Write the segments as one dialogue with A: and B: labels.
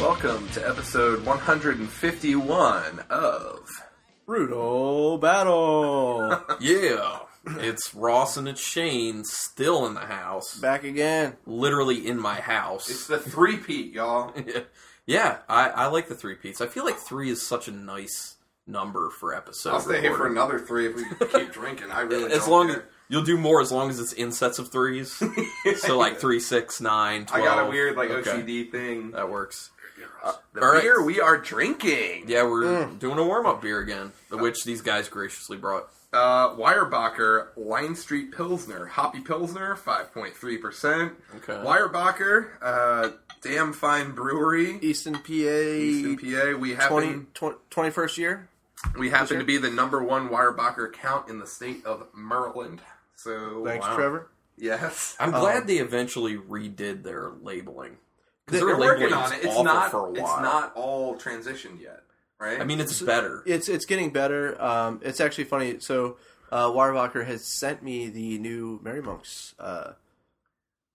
A: to episode 151 of
B: Brutal Battle.
C: Yeah. It's Ross and it's Shane still in the house.
B: Back again.
C: Literally in my
A: It's
C: house.
A: the three peat, y'all.
C: yeah, I, I like the three peats. I feel like three is such a nice number for episode.
A: I'll stay here for
C: recording.
A: another three if we keep drinking. I really
C: As
A: don't
C: long as
A: care.
C: you'll do more as long as it's in sets of threes. so like three, six, nine,
A: I
C: twelve.
A: got a weird like
C: Okay,
A: OCD thing.
C: That works.
A: the
C: all right.
A: beer we are drinking.
C: Yeah, we're doing a warm up beer again, which these guys graciously brought.
A: Uh, Weyerbacher Line Street Pilsner, Hoppy Pilsner, 5.3%.
C: Okay.
A: Weyerbacher, uh, damn fine brewery.
B: Easton, PA.
C: E
A: Easton, PA. We happen
B: 20, 20 21st year.
A: we happen
B: year?
A: to be the number one Weyerbacher count in the state of Maryland. So
B: Thanks,
C: Wow.
B: Trevor.
A: yes,
C: I'm glad they eventually redid their labeling. 'Cause
A: they're
C: their
A: working
C: labeling
A: on
C: was
A: it. It's
C: awful
A: not
C: for a
A: it's
C: while.
A: not all transitioned yet, right?
C: I mean, it's better.
B: It's it's getting better. Um, it's actually funny. So uh, Weyerbacher has sent me the new Merry Monks uh,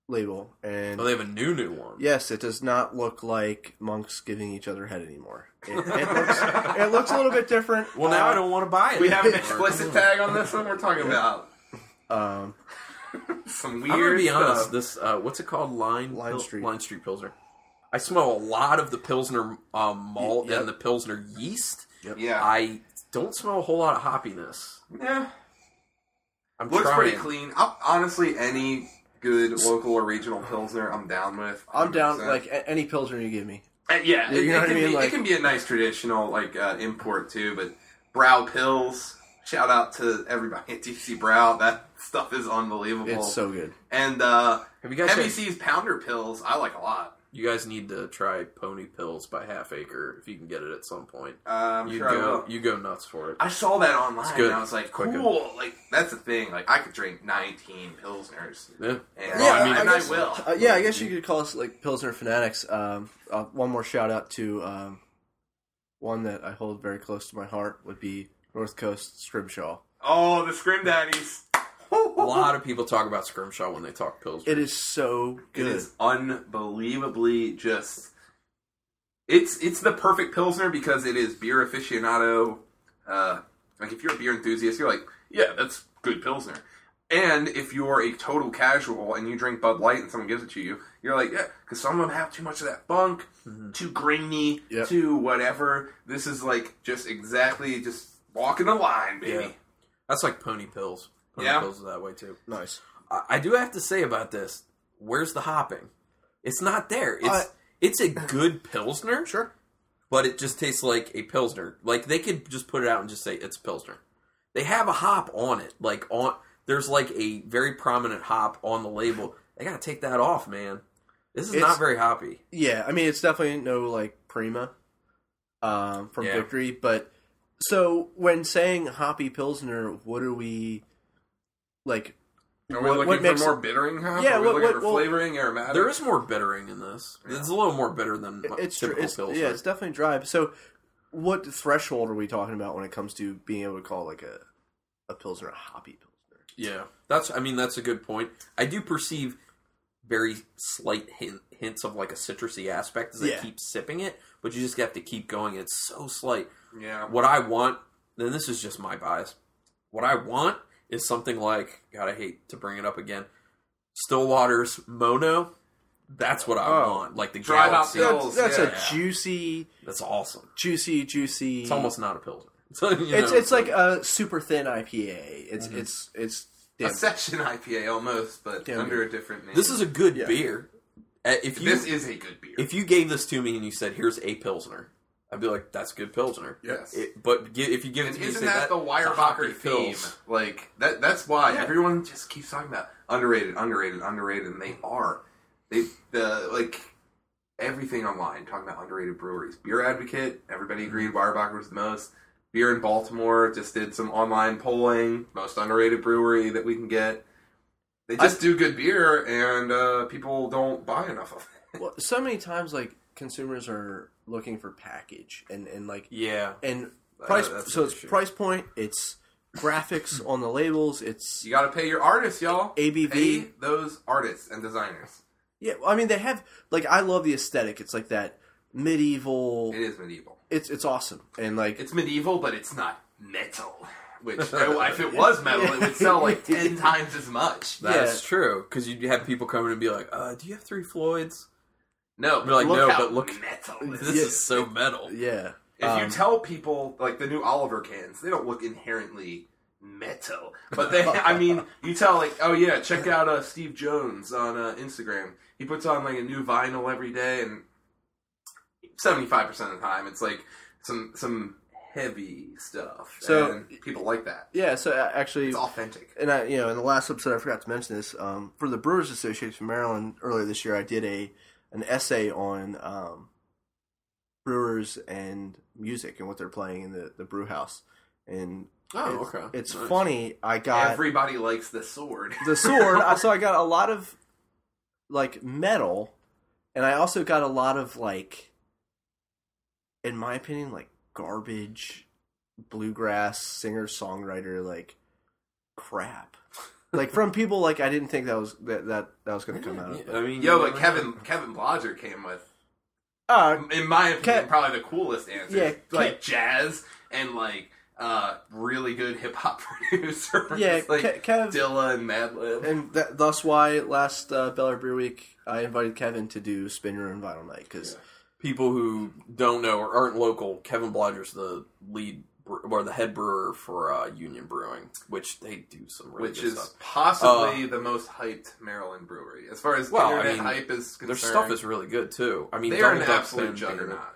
B: label, and
C: Oh, they have a new new one.
B: yes, it does not look like monks giving each other head anymore. It, it, looks, it looks a little bit different.
C: Well, now
B: Uh,
C: I don't want to buy it.
A: we have an
C: anymore.
A: explicit tag on this one. We're talking about
B: Um,
A: some
C: I'm gonna
A: weird
C: be honest.
A: stuff.
C: This uh, what's it called? Line
B: Line Street.
C: Line Street Pilsner. I smell a lot of the Pilsner um, malt
B: Yep.
C: and the Pilsner yeast.
A: Yeah,
C: I don't smell a whole lot of hoppiness.
A: yeah.
C: I'm
A: Looks
C: trying.
A: pretty clean. i honestly, any good local or regional pilsner, I'm down with.
B: I'm down
A: 100%.
B: like a- any pilsner you give me.
A: Uh, yeah,
B: You
A: it,
B: know
A: it
B: what I
A: can
B: mean?
A: Be, it
B: Like-
A: can be a nice traditional like uh, import too. But Brow Pills, shout out to everybody at DC Brow. That stuff is unbelievable.
B: It's so good.
A: and uh,
C: Have you guys? had-
A: MVC's Pounder Pills, I like a lot.
C: you guys need to try Pony Pills by Half Acre if you can get it at some point.
A: Uh, I'm
C: you
A: sure I
C: go.
A: will.
C: You go nuts for it.
A: I saw that online
C: good.
A: and I was like,
C: Quick.
A: cool. Like that's the thing. Like I could drink 19 pilsners,
C: yeah.
A: and,
C: Well, I
A: I,
C: mean-
A: and
C: I
A: I,
B: guess-
A: will.
B: Uh, yeah, I guess you could call us like Pilsner fanatics. Um, uh, one more shout out to um, one that I hold very close to my heart would be North Coast Scrimshaw.
A: oh, the Scrim Daddies.
C: A lot of people talk about Scrimshaw when they talk Pills.
B: It is so
A: It
B: good.
A: is unbelievably just. It's it's the perfect pilsner because it is beer aficionado. Uh, like if you're a beer enthusiast, you're like, yeah, that's good pilsner. And if you're a total casual and you drink Bud Light and someone gives it to you, you're like, yeah, because some of them have too much of that bunk, too grainy,
B: Mm-hmm. Yep.
A: too whatever. This is like just exactly just walking the line, baby.
C: Yeah. That's like Pony Pills. Pony
A: Yeah.
C: Pills is that way too.
B: nice.
C: I, I do have to say about this. Where's the hopping? It's not there. It's
B: I-
C: it's a good pilsner,
B: Sure.
C: but it just tastes like a pilsner. Like they could just put it out and just say it's pilsner. They have a hop on it. Like on there's like a very prominent hop on the label. They gotta take that off, man. This is
B: It's-
C: not very hoppy.
B: Yeah, I mean it's definitely no like Prima um, from
C: Yeah.
B: Victory, but so when saying hoppy Pilsner, what are we like?
A: Are we
B: What-
A: looking
B: what
A: for
B: makes-
A: more bittering? Huh?
B: Yeah,
A: Are we
B: what-
A: looking
B: what-
A: for
B: well-
A: flavoring, aromatic?
C: There is more bittering in this. It's a little more bitter than my
B: It's, dr-
C: typical
B: it's
C: pilsner.
B: yeah, it's definitely dry. So what threshold are we talking about when it comes to being able to call like a a Pilsner a hoppy Pilsner?
C: Yeah, that's. I mean, that's a good point. I do perceive very slight hint, hints of like a citrusy aspect as I
B: Yeah.
C: keep sipping it, but you just have to keep going. It's so slight.
A: yeah.
C: What I want, then this is just my bias. What I want is something like God. I hate to bring it up again. Stillwater's Mono. That's what I
B: Oh.
C: want. Like the
A: Dry hop
C: galaxy.
A: Pills.
B: That's, that's
A: yeah.
B: a juicy,
C: That's awesome.
B: juicy, juicy.
C: It's almost not a pilsner. So, you
B: It's
C: know,
B: it's like a super thin IPA. It's
C: Mm-hmm.
B: it's it's
A: a
B: damn,
A: session IPA almost, but
B: Damn
A: under a different name.
C: this is a good
B: Yeah.
C: beer. Uh, If you
A: this is a good beer.
C: if you gave this to me and you said, "Here's a pilsner," I'd be like, "That's good pilsner."
A: Yes.
C: It- but gi- if you give
A: and
C: it to me, and
A: isn't
C: say,
A: that the
C: that's a hoppy
A: Weyerbacher theme?
C: Pils,"
A: Like that. That's why
C: Yeah.
A: everyone just keeps talking about underrated, underrated, underrated, and they are. They the like everything online talking about underrated breweries. Beer Advocate, everybody
C: Mm-hmm.
A: agreed Weyerbacher was the most. Beer in Baltimore just did some online polling, most underrated brewery that we can get. They just do good beer, and uh, people don't buy enough of it.
B: well, so many times like consumers are looking for package and and like
C: Yeah,
B: and price.
C: Uh, that's an
B: so it's
C: issue.
B: price point. It's graphics on the labels. It's
A: You got to pay your artists, y'all.
B: ABV.
A: Pay those artists and designers.
B: Yeah, well, I mean they have like I love the aesthetic. It's like that medieval.
A: It is medieval.
B: It's it's awesome and like
A: It's medieval, but it's not metal. Which, I- if it was metal, it would sell like ten times as much.
C: That's true. Because you'd have people coming and be like, uh, "Do you have three Floyds?"
A: No,
C: We're like,
A: look
C: no,
A: how
C: but look-
A: metal. it
C: This
A: is.
C: is so metal.
B: yeah.
A: If you
B: Um,
A: tell people like the new Oliver cans, they don't look inherently metal, but they. I mean, you tell like, oh yeah, check out uh, Steve Jones on uh, Instagram. He puts on like a new vinyl every day, and seventy five percent of the time, it's like some some heavy stuff.
B: So-
A: and people like that.
B: yeah, so a- actually,
A: It's authentic.
B: and I, you know, in the last episode, I forgot to mention this. Um, for the Brewers Association of Maryland earlier this year, I did a an essay on um, brewers and music and what they're playing in the the brew house. And
C: Oh,
B: it's,
C: okay.
B: it's
C: Nice.
B: funny. I got
A: Everybody likes the sword.
B: the sword. I, so I got a lot of like metal, and I also got a lot of like, in my opinion, like garbage bluegrass singer songwriter like crap. Like from people like I didn't think that was that that, that was going to come out. Of.
C: I mean,
A: Yo,
C: you
A: but
C: never
A: Kevin Kevin Blodger came with
B: Uh,
A: in my opinion,
B: Ke-
A: probably the coolest answer.
B: Yeah,
A: like jazz and like uh, really good hip hop producers.
B: yeah,
A: like
B: Ke- Kev,
A: Dilla and Madlib.
B: and that, that's why last uh, Bel Air Brew Week I invited Kevin to do Spin Your Own Vinyl Night because
C: people who don't know or aren't local, Kevin Blodger's the lead bre- or the head brewer for uh, Union Brewing, which they do some really
A: which
C: good
A: is
C: stuff.
A: possibly the most hyped Maryland brewery as far as
C: Well, I
A: internet
C: mean,
A: hype is concerned.
C: Their stuff is really good too. I mean,
A: they are an
C: Double Duck's
A: absolute
C: been big.
A: juggernaut.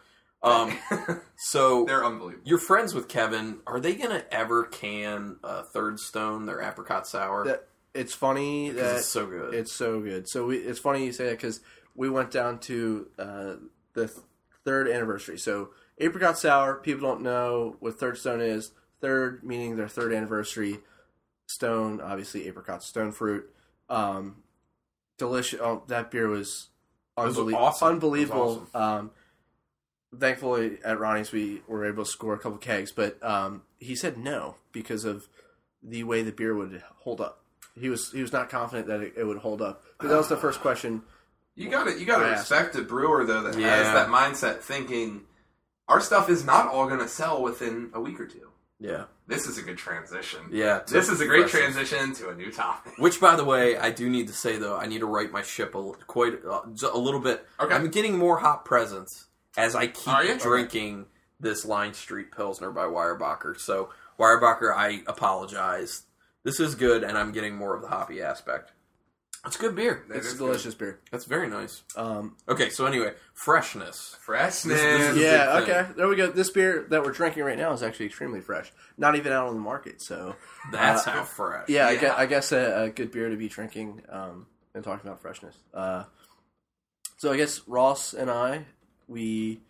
C: Um, so
A: They're unbelievable.
C: you're friends with Kevin. Are they gonna ever can uh, Third Stone their apricot sour?
B: That- it's funny
C: 'Cause
B: that
C: it's so good.
B: It's so good. So we, it's funny you say that because we went down to uh, the th- third anniversary. So apricot sour. People don't know what third stone is. Third meaning their third anniversary. Stone, obviously apricot stone fruit. Um, delicious. Oh, that beer was,
C: was
B: unbelie-
C: awesome. It was
B: unbelievable. Um, thankfully at Ronnie's we were able to score a couple kegs, but um, he said no because of the way the beer would hold up. He was he was not confident that it, it would hold up. But that was the first question.
A: You got to you got to
B: I asked.
A: respect a brewer though that has
C: Yeah.
A: that mindset thinking our stuff is not all going to sell within a week or two.
C: yeah,
A: This is a good transition.
C: yeah.
A: This is a great
C: Impressive.
A: transition to a new topic.
C: Which, by the way, I do need to say though, I need to write my ship a, l- quite uh, j- a little bit.
A: Okay.
C: I'm getting more hot presents as I
A: Are you?
C: keep drinking this Line Street Pilsner by Weyerbacher. So, Weyerbacher, I apologize. This is good, and I'm getting more of the hoppy aspect. It's good beer.
A: That
B: It's
A: is
B: a
A: good.
B: delicious beer.
C: That's very nice.
B: Um,
C: Okay, so anyway, freshness.
A: Freshness.
C: This is-
B: yeah,
C: big thing.
B: okay, there we go. This beer that we're drinking right now is actually extremely fresh. Not even out on the market, so
C: That's how fresh.
B: Uh, yeah, I
A: Yeah.
B: guess, I guess a, a good beer to be drinking um, and talking about freshness. Uh, so I guess Ross and I, we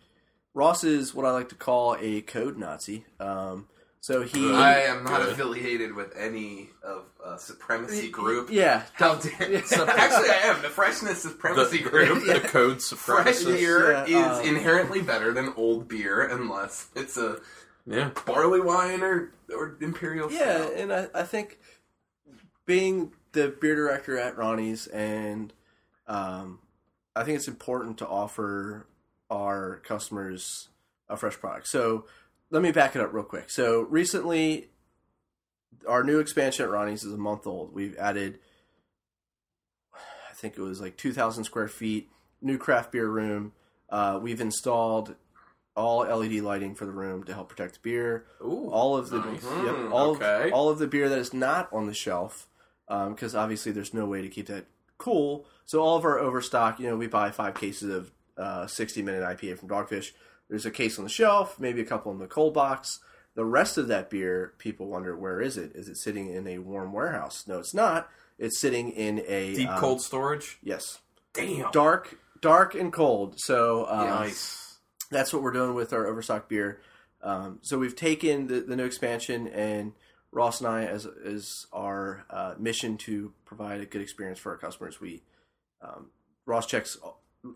B: Ross is what I like to call a code Nazi. Um, so he,
A: I am not
C: Good.
A: affiliated with any of uh, supremacy group.
B: yeah,
A: How dare Actually, I am. The freshness supremacy
C: The,
A: group.
C: the code
A: Fresh
C: supremacy.
A: beer
B: yeah,
A: is
B: um,
A: inherently better than old beer unless it's a
C: Yeah.
A: barley wine or, or imperial
B: yeah,
A: stout.
B: and I, I think being the beer director at Ronnie's, and um, I think it's important to offer our customers a fresh product. So let me back it up real quick. So recently, our new expansion at Ronnie's is a month old. We've added, I think it was like 2,000 square feet, new craft beer room. Uh, we've installed all LED lighting for the room to help protect the beer
C: Ooh.
B: all of the
C: Nice. Hmm,
B: yep, all
C: Okay.
B: of, all of the beer that is not on the shelf because obviously there's no way to keep that cool. So all of our overstock, you know, we buy five cases of uh, 60 minute IPA from Dogfish. There's a case on the shelf, maybe a couple in the cold box. The rest of that beer, people wonder where is it? Is it sitting in a warm warehouse? No, it's not. It's sitting in a
C: Deep
B: um,
C: cold storage.
B: Yes,
C: Damn.
B: dark, dark and cold. So um,
C: Nice.
B: that's what we're doing with our overstock beer. Um, so we've taken the, the new expansion, and Ross and I, as is our uh, mission to provide a good experience for our customers. We um, Ross checks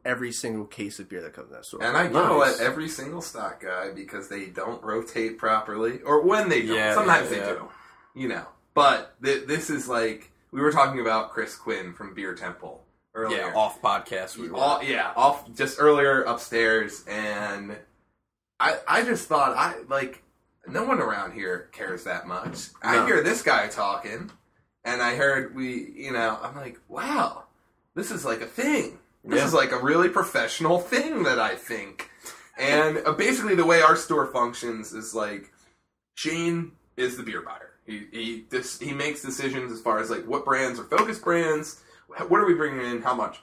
B: every single case of beer that comes in that store.
A: And I yell
C: Nice.
A: at every single stock guy because they don't rotate properly, or when they don't.
C: Yeah,
A: Sometimes
C: yeah,
A: they
C: yeah.
A: do, you know. But th- this is like we were talking about Chris Quinn from Beer Temple earlier.
C: Yeah, off podcast. We were.
A: All- yeah, off just earlier upstairs, and I I just thought I like no one around here cares that much. I
C: No.
A: hear this guy talking, and I heard we you know I'm like wow, this is like a thing. This
C: Yeah.
A: is like a really professional thing that I think, and uh, basically the way our store functions is like Shane is the beer buyer. He he this, he makes decisions as far as like what brands are focus brands. What are we bringing in? How much?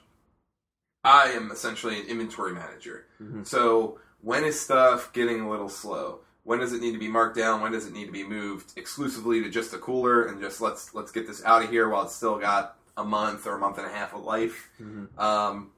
A: I am essentially an inventory manager.
C: Mhm.
A: So when is stuff getting a little slow? When does it need to be marked down? When does it need to be moved exclusively to just a cooler and just let's let's get this out of here while it's still got a month or a month and a half of life?
C: Mhm.
A: Um,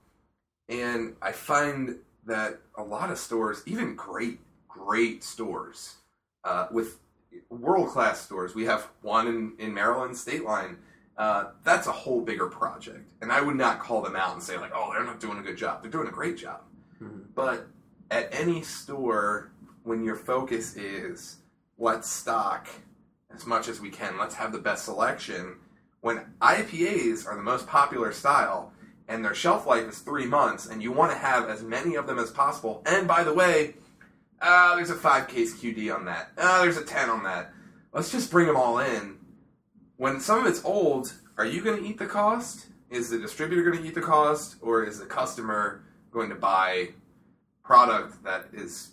A: and I find that a lot of stores, even great great stores, uh, with world class stores, we have one in, in Maryland, State Line. Uh, that's a whole bigger project, and I would not call them out and say like, "Oh, they're not doing a good job." They're doing a great job.
C: Mhm.
A: But at any store, when your focus is let's stock as much as we can, let's have the best selection. When IPAs are the most popular style and their shelf life is three months, and you want to have as many of them as possible. And by the way, uh, there's a five case QD on that. Uh, there's a ten on that. Let's just bring them all in. When some of it's old, are you going to eat the cost? Is the distributor going to eat the cost, or is the customer going to buy product that is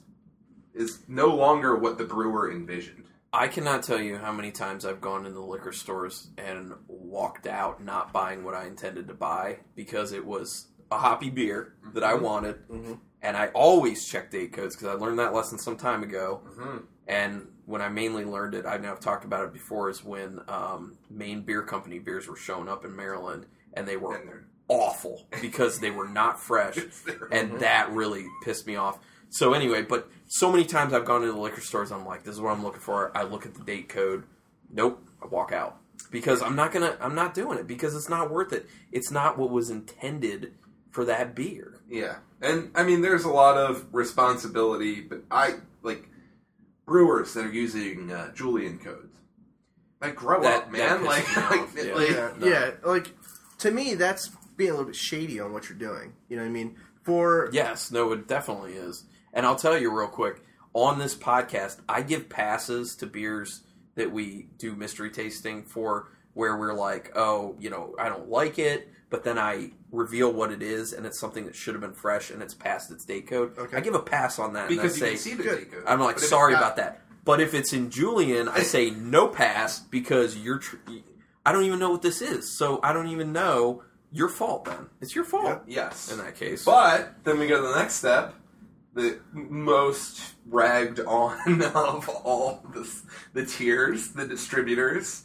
A: is no longer what the brewer envisioned?
C: I cannot tell you how many times I've gone into liquor stores and walked out not buying what I intended to buy because it was a hoppy beer that I
A: Mhm.
C: wanted,
B: Mhm.
C: and I always check date codes because I learned that lesson some time ago.
A: Mm-hmm.
C: And when I mainly learned it, I know I've talked about it before, is when um, Maine Beer Company beers were showing up in Maryland and they were
A: And they're,
C: awful because they were not fresh
A: it's their-
C: and that really pissed me off. So anyway, but so many times I've gone into liquor stores, I'm like, this is what I'm looking for. I look at the date code. Nope, I walk out because I'm not gonna, I'm not doing it because it's not worth it. It's not what was intended for that beer.
A: Yeah, and I mean, there's a lot of responsibility, but I like brewers that are using uh, Julian codes. Like, grow
C: That-
A: up,
C: that
A: man!
C: pisses
A: Like,
C: me off,
A: like,
C: yeah.
A: like-
B: yeah, yeah. Like to me, that's being a little bit shady on what you're doing. You know what I mean? For
C: Yes, no, it definitely is. And I'll tell you real quick on this podcast, I give passes to beers that we do mystery tasting for where we're like, oh, you know, I don't like it, but then I reveal what it is and it's something that should have been fresh and it's past its date code.
B: Okay.
C: I give a pass on that
A: because you
C: and I
A: can
C: say,
A: see the
B: good.
A: date code.
C: I'm like,
A: But if
C: sorry
A: it's
C: about
A: not-
C: that. But if it's in Julian, I say no pass because you're. Tr- I don't even know what this is, so I don't even know your fault. Then it's your fault
A: Yes,
C: in that case.
A: but then we go to the next step. The most ragged on of all the, the tiers, the distributors.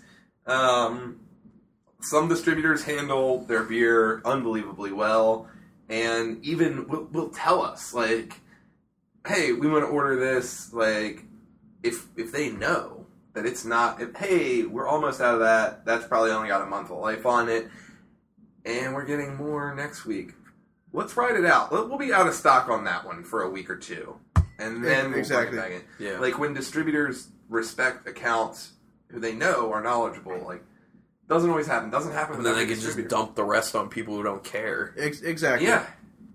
A: Um, some distributors handle their beer unbelievably well, and even will, will tell us like, "Hey, we want to order this." Like, if if they know that it's not, if, hey, we're almost out of that. That's probably only got a month of life on it, and we're getting more next week. Let's ride it out. We'll we'll be out of stock on that one for a week or two, and then we'll
B: Exactly.
A: bring it back in.
C: yeah,
A: Like when distributors respect accounts who they know are knowledgeable, like doesn't always happen. Doesn't happen.
C: and
A: with
C: then they
A: every
C: can just
A: distributor.
C: dump the rest on people who don't care.
B: ex- exactly,
A: Yeah,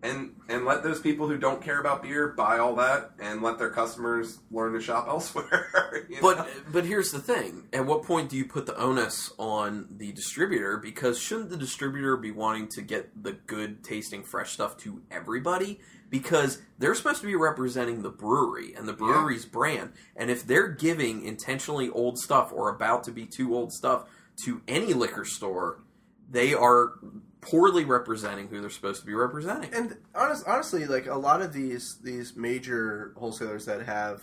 A: and and let those people who don't care about beer buy all that, and let their customers learn to shop elsewhere. you know?
C: But but here's the thing: at what point do you put the onus on the distributor? Because shouldn't the distributor be wanting to get the good tasting fresh stuff to everybody? Because they're supposed to be representing the brewery and the brewery's brand, and if they're giving intentionally old stuff or about to be too old stuff to any liquor store, they are poorly representing who they're supposed to be representing.
B: And honest, honestly, like a lot of these these major wholesalers that have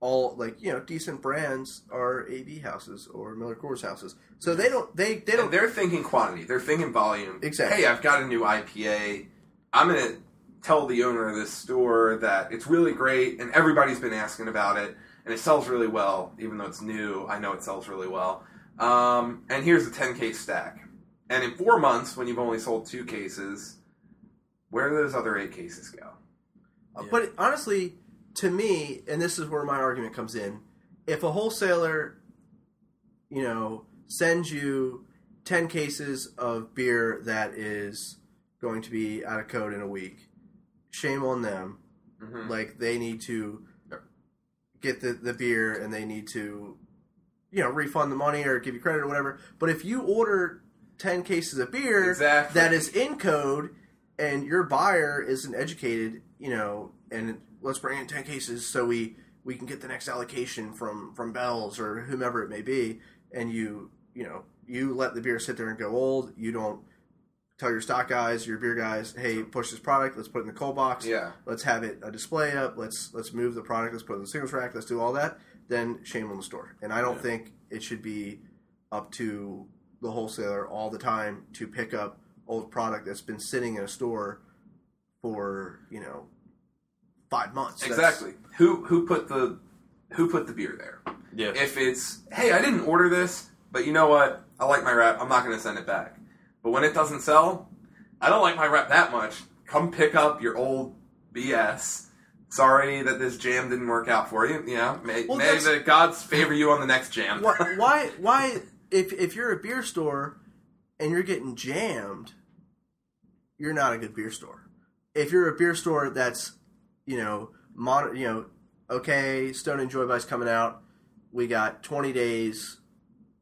B: all like you know decent brands are AB houses or Miller Coors houses, so they don't they they
A: And
B: don't
A: they're thinking quantity. They're thinking volume.
B: Exactly.
A: Hey, I've got a new IPA. I'm gonna tell the owner of this store that it's really great, and everybody's been asking about it, and it sells really well, even though it's new. I know it sells really well. Um, and here's the 10 case stack. And in four months, when you've only sold two cases, where do those other eight cases go?
C: Yeah.
B: uh, But honestly, to me, and this is where my argument comes in, if a wholesaler, you know, sends you ten cases of beer that is going to be out of code in a week. Shame on them.
A: Mhm.
B: Like they need to
A: Yep.
B: get the, the beer and they need to, you know, refund the money or give you credit or whatever. But if you order ten cases of beer
A: Exactly.
B: that is in code and your buyer isn't educated, you know, and let's bring in ten cases so we we can get the next allocation from from Bell's or whomever it may be, and you you know you let the beer sit there and go old. You don't tell your stock guys, your beer guys, hey, push this product. Let's put it in the cold box.
A: Yeah.
B: Let's have it a display up. Let's let's move the product. Let's put it in the singles rack. Let's do all that. Then shame on the store. And I don't
C: Yeah.
B: think it should be up to the wholesaler all the time to pick up old product that's been sitting in a store for you know five months. That's-
A: Exactly. Who who put the who put the beer there?
C: Yeah.
A: If it's hey, I didn't order this, but you know what? I like my wrap. I'm not going to send it back. But when it doesn't sell, I don't like my wrap that much. Come pick up your old BS. Sorry that this jam didn't work out for you. You know, may,
B: Well,
A: may
B: that's-
A: the gods favor you on the next jam.
B: why, why why if if you're a beer store and you're getting jammed you're not a good beer store if you're a beer store that's you know mon- you know okay stone and joy Bike's coming out we got 20 days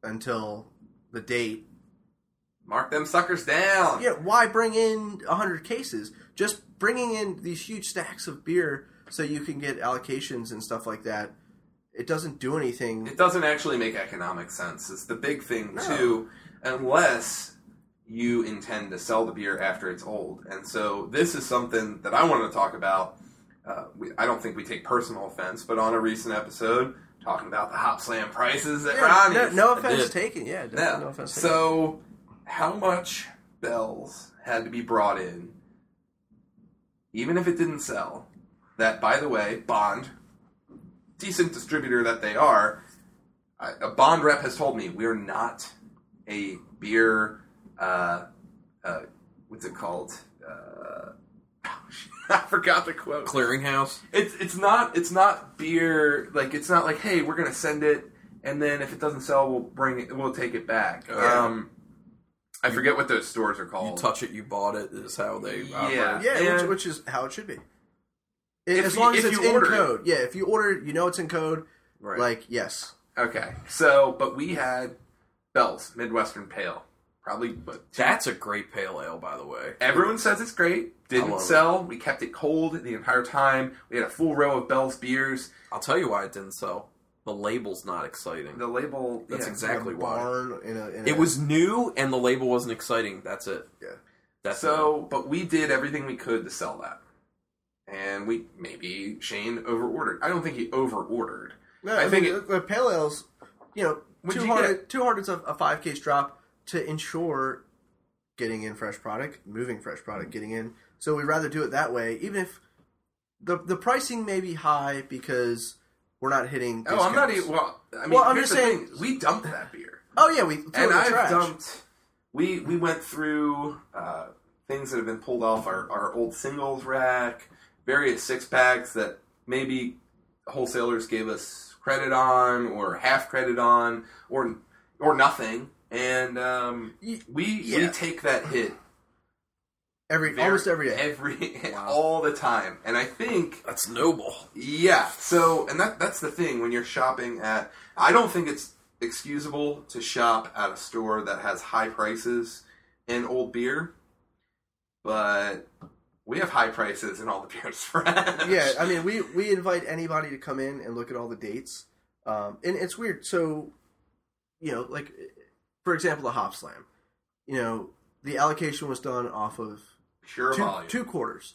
B: until the date
A: Mark them suckers down.
B: yeah why bring in 100 cases just bringing in these huge stacks of beer so you can get allocations and stuff like that it doesn't do anything
A: It doesn't actually make economic sense. It's the big thing too, unless you intend to sell the beer after it's old. And so this is something that I wanted to talk about. Uh, we, I don't think we take personal offense, but on a recent episode talking about the Hop Slam prices at
B: Yeah, no,
A: Ronnie's.
B: no
C: I
B: offense
C: did.
B: taken. Yeah, definitely
A: Yeah.
B: no offense taken.
A: so how much bells had to be brought in, even if it didn't sell? That, by the way, Bond, decent distributor that they are, I- a Bond rep has told me we're not a beer. Uh, uh, what's it called? Uh, I forgot the quote
C: Clearinghouse.
A: it's it's not it's not beer like it's not like hey we're gonna send it and then if it doesn't sell we'll bring it we'll take it back.
C: Oh,
B: Yeah.
A: Um, I forget what those stores are
C: You
A: called.
C: touch it, you bought it. Is how they.
A: Oh. Yeah.
C: Operate.
B: Yeah,
A: And-
B: which, which is how it should be.
A: If
B: as
A: you-
B: long as
A: if
B: it's
A: you
B: in
A: order it.
B: code. Yeah, if you order, you know it's in code.
C: Right.
B: Like, yes.
A: okay, so but we had Bell's Midwestern Pale, probably. But
C: That's a great pale ale, by the way.
A: everyone says it's great.
C: I love
A: Didn't
C: it.
A: sell. We kept it cold the entire time. We had a full row of Bell's beers.
C: I'll tell you why it didn't sell. The label's not exciting.
A: The label
C: That's
A: yeah.
C: exactly
B: In a
C: why.
B: barn in a, in a-
C: It was new and the label wasn't exciting. That's it.
B: Yeah.
C: That's it.
A: So, but we did everything we could to sell that, and we maybe Shane overordered. I don't think he overordered.
B: No,
A: I
B: I,
A: think
B: think the, the pale ales. You know,
A: What'd
B: two
A: you
B: hundred two hundred's a, a five case drop to ensure getting in fresh product, moving fresh product, getting in. So we'd rather do it that way, even if the the pricing may be high because we're not hitting.
A: Oh, I'm not
B: discounts.
A: even. Well, I mean,
B: Well, I'm
A: here's
B: just
A: the
B: saying-
A: thing, we dumped that beer,
B: Oh yeah, we threw it in
A: and
B: the
A: I've
B: trash.
A: dumped. We we went through uh, things that have been pulled off our, our old singles rack, various six packs that maybe wholesalers gave us credit on, or half credit on, or or nothing, and um,
B: Y-
A: we we
B: yeah.
A: take that hit
B: every
A: very-
B: almost every day.
A: every
C: Wow.
A: all the time, and I think
C: That's noble.
A: yeah. So, and that that's the thing when you're shopping at. I don't think it's excusable to shop at a store that has high prices in old beer, but we have high prices in all the beers fresh.
B: yeah, I mean, we we invite anybody to come in and look at all the dates, um, and it's weird. So, you know, like for example, the Hop Slam, you know, the allocation was done off of
A: pure
B: two,
A: volume.
B: two quarters.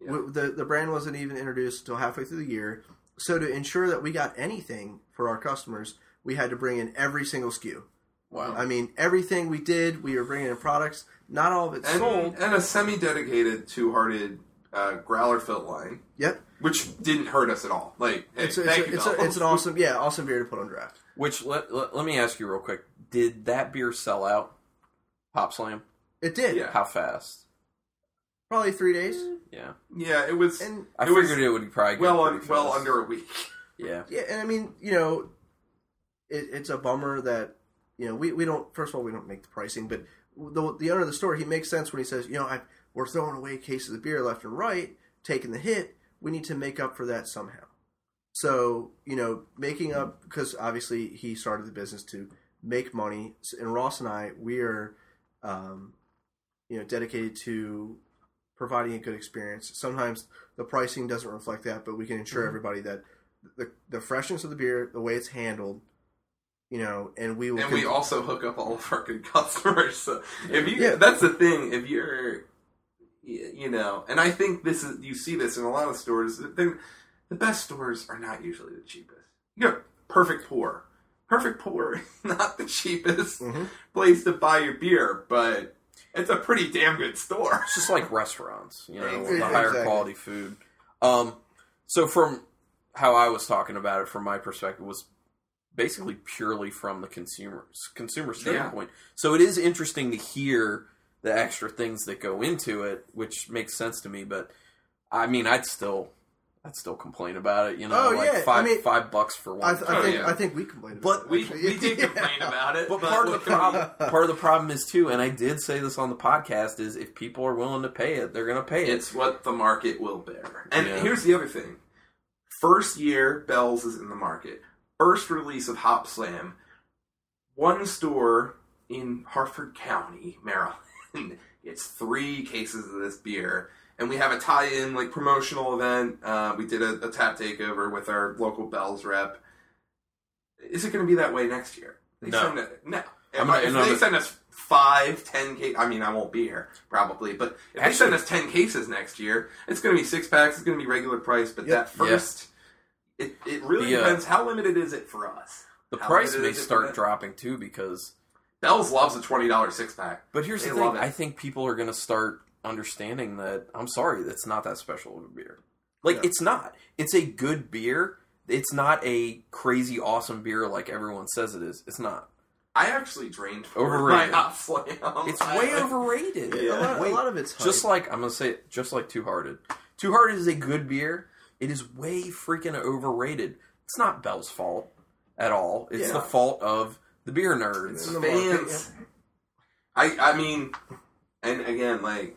A: Yeah.
B: W The the brand wasn't even introduced until halfway through the year. So to ensure that we got anything for our customers, we had to bring in every single SKU.
C: Wow.
B: I mean, everything we did, we were bringing in products. Not all of it
A: and,
B: sold.
A: and a semi-dedicated two-hearted uh, growler fill line,
B: Yep,
A: which didn't hurt us at all. Like, hey,
B: it's a,
A: thank
B: it's, a,
A: you,
B: it's, a,
A: Bell.
B: it's an awesome, yeah, awesome beer to put on draft.
C: Which let, let, let me ask you real quick. Did that beer sell out? Pop Slam?
B: It did.
A: Yeah.
C: How fast?
B: Probably three days.
C: Yeah.
A: yeah. It was
B: And
C: I
A: It was
C: figured it would probably get
A: well
C: pretty
A: un, well
C: fast.
A: under a week.
C: Yeah.
B: yeah, and I mean, you know, it, it's a bummer that you know we, we don't. First of all, we don't make the pricing, but the the owner of the store he makes sense when he says, you know, I we're throwing away cases of beer left and right, taking the hit. We need to make up for that somehow. So, you know, making up, because obviously he started the business to make money. S- And Ross and I, we are, um, you know, dedicated to providing a good experience. Sometimes the pricing doesn't reflect that, but we can
A: Mm-hmm.
B: ensure everybody that the, the freshness of the beer, the way it's handled, you know, and we will.
A: And we
B: con-
A: also hook up all of our good customers. So if you,
B: Yeah.
A: that's the thing. If you're, y- you know, and I think this is you see this in a lot of stores. They're- The best stores are not usually the cheapest. You know, perfect pour, perfect pour, is not the cheapest
C: Mm.
B: Mhm.
A: place to buy your beer, but it's a pretty damn good store.
C: It's just like restaurants, you know, with the
B: Exactly.
C: higher quality food. Um, so from how I was talking about it, from my perspective, was basically purely from the consumer consumer standpoint. So it is interesting to hear the extra things that go into it, which makes sense to me. But I mean, I'd still, I'd still complain about it. You know,
B: Oh,
C: like
B: yeah. I
C: five
B: mean-
C: five bucks for
B: I,
C: one.
B: th- I
A: Oh,
B: think
A: yeah.
B: I think we complained.
C: But
B: about it,
A: We,
B: actually.
A: we did
B: Yeah.
A: complain about it,
C: But part of the problem,
B: Yeah.
C: part of the problem is too, and I did say this on the podcast, is if people are willing to pay it, they're going to pay it.
A: It's what the market will bear. And
C: Yeah.
A: here's the other thing: first year Bell's is in the market. First release of Hop Slam. One store in Harford County, Maryland, gets three cases of this beer, and we have a tie-in like promotional event. Uh, we did a, a tap takeover with our local Bell's rep. Is it going to be that way next year? They
C: No.
A: send it- no. If,
C: I'm not-
A: if
C: and
A: they
C: I'm-
A: send us five, ten cases, I mean, I won't be here probably, but if they send us ten cases next year, it's going to be six packs. It's going to be regular price, but
B: Yep.
A: that first, it, it really
C: The, uh,
A: depends. How limited is it for us?
C: The
A: How
C: price
A: limited
C: may
A: is it for
C: start
A: them?
C: dropping too because.
A: Bell's loves a twenty dollars six pack.
C: But here's
A: They
C: the
A: love
C: thing:
A: it.
C: I think people are going to start understanding that. I'm sorry, that's not that special of a beer. Like
B: Yeah.
C: it's not. It's a good beer. It's not a crazy awesome beer like everyone says it is. It's not.
A: I actually drained
C: Overrated.
A: my Hop Slam.
C: It's
A: I-
C: way
A: I-
C: overrated.
A: Yeah.
B: a, lot, a
C: Wait,
B: lot of it's hype.
C: just like I'm gonna say, it, just like Two Hearted. Two Hearted is a good beer. It is way freaking overrated. It's not Bell's fault at all. It's
A: Yeah.
C: the fault of the beer nerds.
A: It's
B: in the market,
A: fans. I I mean, and again, like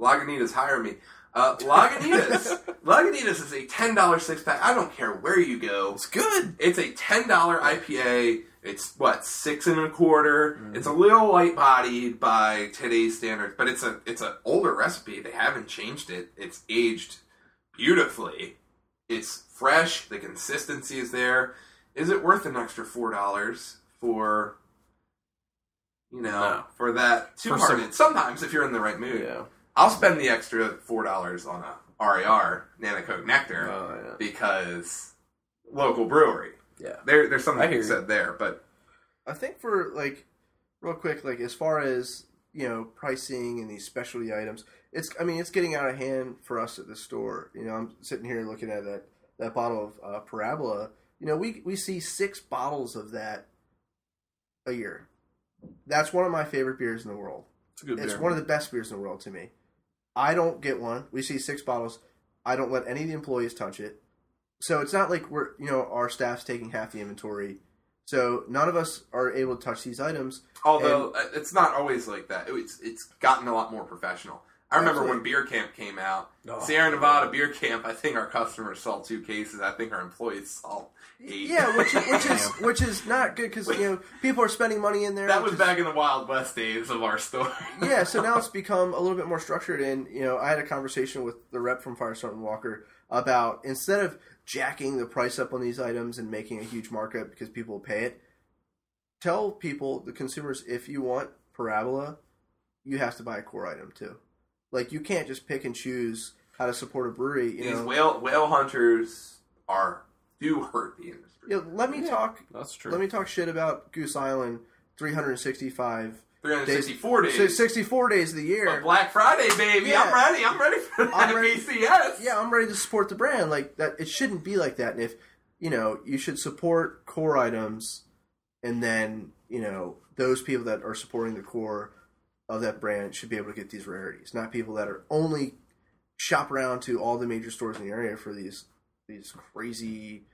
A: Lagunitas hire me. Uh, Lagunitas, Lagunitas is a ten dollar six pack. I don't care where you go.
C: It's good.
A: It's a ten dollar IPA. It's what six and a quarter.
C: Mm-hmm.
A: It's a little light bodied by today's standards, but it's a it's an older recipe. They haven't changed it. It's aged beautifully. It's fresh. The consistency is there. Is it worth an extra four dollars for you know
C: No.
A: for that two
C: For
A: hearted? Sometimes if you're in the right mood,
C: Yeah.
A: I'll spend the extra four dollars on a RAR Nana Coke Nectar
C: Oh,
A: because local brewery.
C: yeah. Yeah.
A: There, there's
C: I
A: something
C: hear
A: you
C: you.
A: said there, but
B: I think for like real quick, like as far as you know, pricing and these specialty items, it's I mean it's getting out of hand for us at the store. You know, I'm sitting here looking at that that bottle of uh, Parabola. You know, we we see six bottles of that a year. That's one of my favorite beers in the world.
C: It's a good
B: It's
C: beer.
B: one of the best beers in the world to me. I don't get one. We see six bottles. I don't let any of the employees touch it. So it's not like we're you know our staff's taking half the inventory. So none of us are able to touch these items.
A: although uh it's not always like that. It's it's gotten a lot more professional. I remember when
B: Absolutely.
A: Beer Camp came out,
C: Oh.
A: Sierra Nevada Beer Camp. I think our customers sold two cases. I think our employees sold eight.
B: Yeah, which is, which is which is not good because you know people are spending money in there.
A: that
B: which
A: was
B: is-
A: back in the Wild West days of our store.
B: yeah, so now it's become a little bit more structured. And you know, I had a conversation with the rep from Firestorm Walker about instead of jacking the price up on these items and making a huge markup because people will pay it, tell people the consumers if you want Parabola, you have to buy a core item too. Like you can't just pick and choose how to support a brewery. You
A: These
B: know,
A: whale whale hunters are do hurt the industry.
B: You know, let me talk.
C: That's true.
B: Let me talk shit about Goose Island. 365
A: 364 days.
B: so 64 days of the year
A: But Black Friday, baby. I'm
B: Yeah.
A: ready. I'm ready for that
B: I'm ready.
A: BCS.
B: yeah, I'm ready to support the brand. Like that, it shouldn't be like that. And if you know, you should support core items, and then you know those people that are supporting the core of that brand should be able to get these rarities, not people that are only shop around to all the major stores in the area for these these crazy,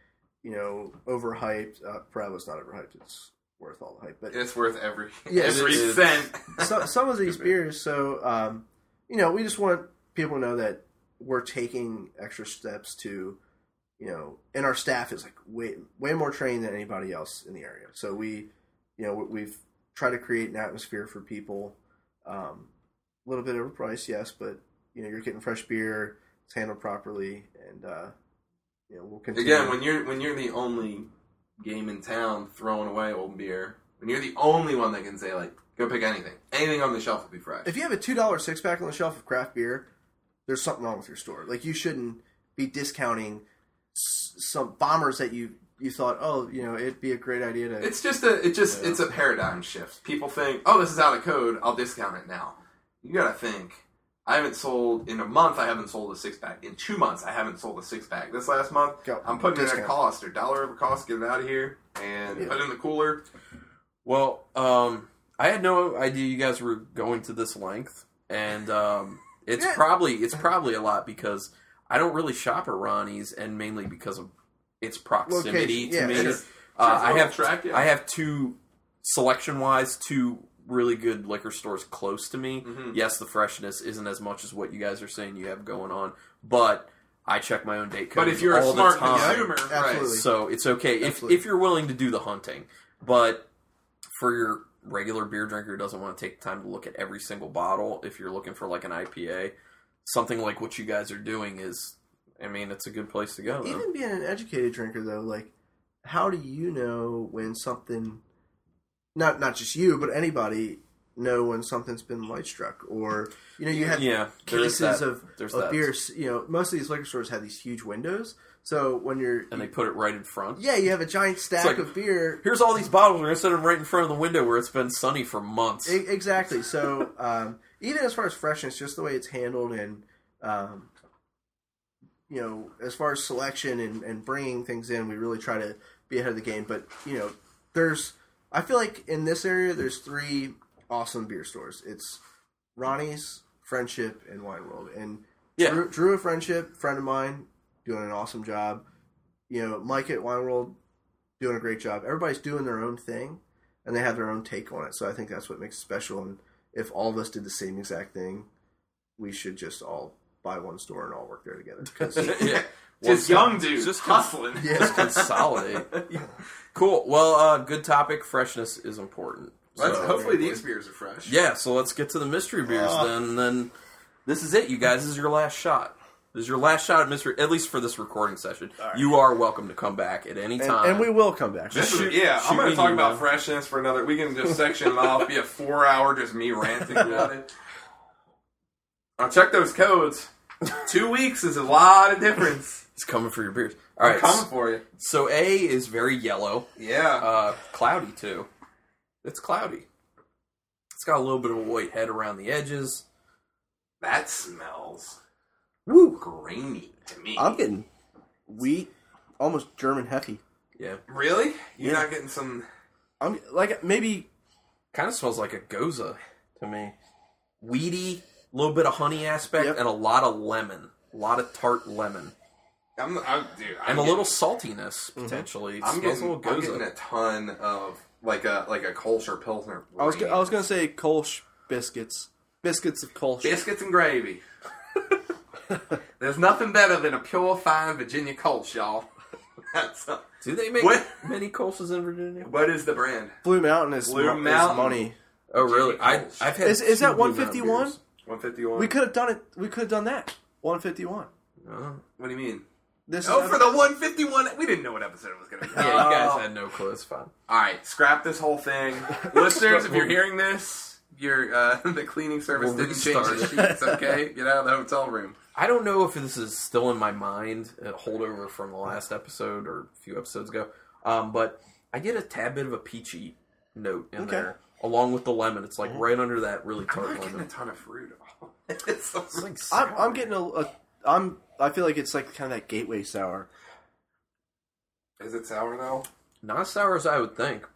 B: you know, overhyped. Uh, Parabo's not overhyped; it's worth all the hype. But
A: It's worth every
B: Yes,
A: every
C: it is.
A: cent.
B: so, some of these
C: Could be.
B: beers. So um, you know, we just want people to know that we're taking extra steps to, you know, and our staff is like way way more trained than anybody else in the area. So we, you know, we- we've tried to create an atmosphere for people. Um, a little bit overpriced, yes, but you know, you're getting fresh beer. It's handled properly, and uh, you know, we'll continue.
A: Again, when you're when you're the only game in town throwing away old beer, when you're the only one that can say like, go pick anything, anything on the shelf will be fresh.
B: if you have a two dollar six pack on the shelf of craft beer, there's something wrong with your store. Like you shouldn't be discounting s- some bombers that you you thought, oh, you know, it'd be a great idea to.
A: It's just a it just it's a paradigm shift. People think, oh, this is out of code. I'll discount it now. You gotta think. I haven't sold in a month. I haven't sold a six pack. In two months, I haven't sold a six pack. This last month,
B: Go.
A: I'm putting it at
B: Discount.
A: cost or dollar over cost. Get it out of here and
B: Yeah.
A: put it in the cooler.
C: Well, um, I had no idea you guys were going to this length, and um, it's
B: Yeah.
C: probably it's probably a lot because I don't really shop at Ronnie's, and mainly because of its proximity
B: Location,
C: to
B: yeah,
C: me.
B: sure.
C: Uh,
B: Sure,
C: I
A: local
C: have
A: track, yeah.
C: I have two selection wise two really good liquor stores close to me.
A: Mhm.
C: Yes, the freshness isn't as much as what you guys are saying you have going on, but I check my own date code.
A: But if you're a
C: all the
A: smart
C: time.
A: consumer,
B: Absolutely.
A: right?
C: So it's okay if,
B: Absolutely.
C: if you're willing to do the hunting. But for your regular beer drinker who doesn't want to take the time to look at every single bottle, if you're looking for like an IPA, something like what you guys are doing is, I mean, it's a good place to go. Though.
B: Even being an educated drinker, though, like, how do you know when something, not not just you, but anybody, know when something's been light struck, or you know, you have
C: yeah, there is
B: cases
C: that.
B: of
C: There's
B: of
C: that.
B: beer. s- You know, most of these liquor stores have these huge windows, so when you're
C: and they put it right in front.
B: yeah, you have a giant stack
C: like-
B: of beer
C: Here's all these bottles. We're gonna set them right in front of the window where it's been sunny for months.
B: E- Exactly. So um, even as far as freshness, just the way it's handled and um, you know, as far as selection and, and bringing things in, we really try to be ahead of the game. But you know, there's I feel like in this area there's three awesome beer stores. It's Ronnie's, Friendship, and Wine World. And
C: Yeah.
B: Drew, Drew of Friendship, friend of mine, doing an awesome job. You know, Mike at Wine World doing a great job. Everybody's doing their own thing and they have their own take on it. So I think that's what makes it special. And if all of us did the same exact thing, we should just all buy one store and all work there together. 'Cause-
C: yeah.
A: Just
C: Well,
A: young dudes
C: just
A: just
C: con-
A: hustling.
B: Yeah.
C: Just consolidate. cool. Well, uh, good topic. Freshness is important.
A: Let's-
C: So-
A: hopefully these beers are fresh.
C: Oh, Yeah, so let's get to the mystery beers
B: Ah.
C: then. And then this is it, you guys. This is your last shot. This is your last shot at mystery, at least for this recording session. You are welcome to come back at any
B: and,
C: time.
B: and we will come back.
A: This is-
C: Shoot-
A: yeah,
C: shoot
A: I'm going
C: me
A: to talk
C: an
A: about
C: email.
A: freshness for another. We can just section it off. Be a four hour just me ranting about it. I'll check those codes. Two weeks is a lot of difference.
C: it's coming for your beers. All right.
A: Coming for you.
C: So A is very yellow,
A: Yeah.
C: uh, cloudy too. It's cloudy. It's got a little bit of a white head around the edges.
A: That smells
B: Woo!
A: grainy to me.
B: I'm getting wheat, almost German hefe.
C: Yeah,
A: really? You're
B: Yeah.
A: not getting some.
B: I'm like maybe
C: kind of smells like a goza to me. Weedy, a little bit of honey aspect,
B: Yep.
C: and a lot of lemon, a lot of tart lemon.
A: I'm, I'm, dude, I'm
C: and a
A: getting-
C: little saltiness potentially. It
A: Mm-hmm. I'm
C: smells
A: getting,
C: a
A: I'm
C: little goza.
A: getting a ton of like a like a Kolsch or Pilsner.
B: I was
A: grain.
B: I was gonna say Kolsch biscuits, biscuits of Kolsch.
A: biscuits and gravy. There's nothing better than a pure fine Virginia Kolsch, y'all. That's a,
C: Do they make
A: What?
C: many Kolsch's in Virginia?
A: what is the brand?
B: Blue Mountain is,
A: Blue
B: mo- is
A: Mountain.
B: money.
C: Oh, really? I,
A: Kolsch.
C: I've had
B: Is- is
C: two
B: that
C: Blue Mountain
B: 151?
C: beers.
A: 151.
B: We could have done it. We could have done that. One fifty one.
C: Oh.
A: what do you mean?
B: This
A: Oh,
B: is
A: for the 151. We didn't know what episode it was going to be.
C: Yeah, you guys had no clue. It's fine.
A: All right, scrap this whole thing, listeners. if you're hearing this, your uh, the cleaning service
C: We'll
A: didn't change the
C: restart it.
A: sheets. Okay, get out of the hotel room.
C: I don't know if this is still in my mind, a holdover from the last episode or a few episodes ago, um, but I get a tad bit of a peachy note in
B: Okay.
C: there, along with the lemon. It's like right under that really
A: Mm-hmm. I'm
C: tart
A: not getting a
C: lemon.
A: ton of fruit. at all. it's so
C: It's like
B: I'm,
C: sour.
B: I'm getting a, a. I'm. I feel like it's like kind of that gateway sour.
A: Is it sour though?
C: not as sour as I would think.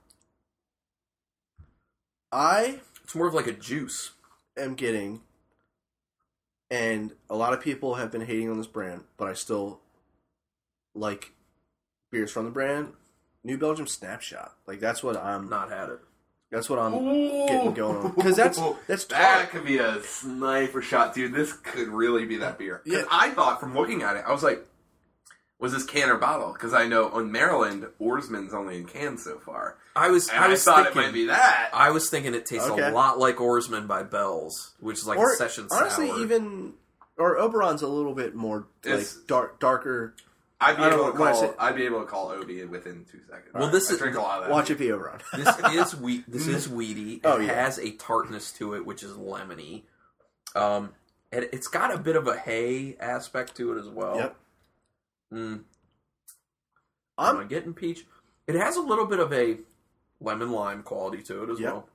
B: I
C: It's more of like a juice.
B: am getting, and a lot of people have been hating on this brand, but I still like beers from the brand. New Belgium Snapshot, like that's what I'm.
C: Not had it.
B: That's what I'm.
A: Ooh.
B: going on. 'Cause that's- that's
A: that
B: dark.
A: could be a sniper shot, dude. This could really be that beer. 'Cause
B: Yeah.
A: I thought from looking at it, I was like, was this can or bottle? Because I know on Maryland, Oarsman's only in cans so far.
C: I was
A: And I,
C: I was
A: thought
C: thinking,
A: it might be that.
C: I was thinking it tastes
B: Okay.
C: a lot like Oarsman by Bell's, which is like a
B: Or
C: session
B: honestly,
C: sour.
B: even or Oberon's a little bit more like
A: It's-
B: dark, darker.
A: I'd be
B: I don't
A: able to
B: know, when I
A: call.
B: say-
A: I'd be able to call Obi within two seconds.
C: Well, this
A: I
C: is-
A: drink a lot of that.
B: Watch it be Oberon.
C: this is wheat. This is weedy. It
B: Oh, yeah.
C: has a tartness to it, which is lemony. Um, and it's got a bit of a hay aspect to it as well.
B: Yep.
C: Mm, am I
B: I'm
C: getting peach? It has a little bit of a lemon lime quality to it as
B: Yep.
C: well.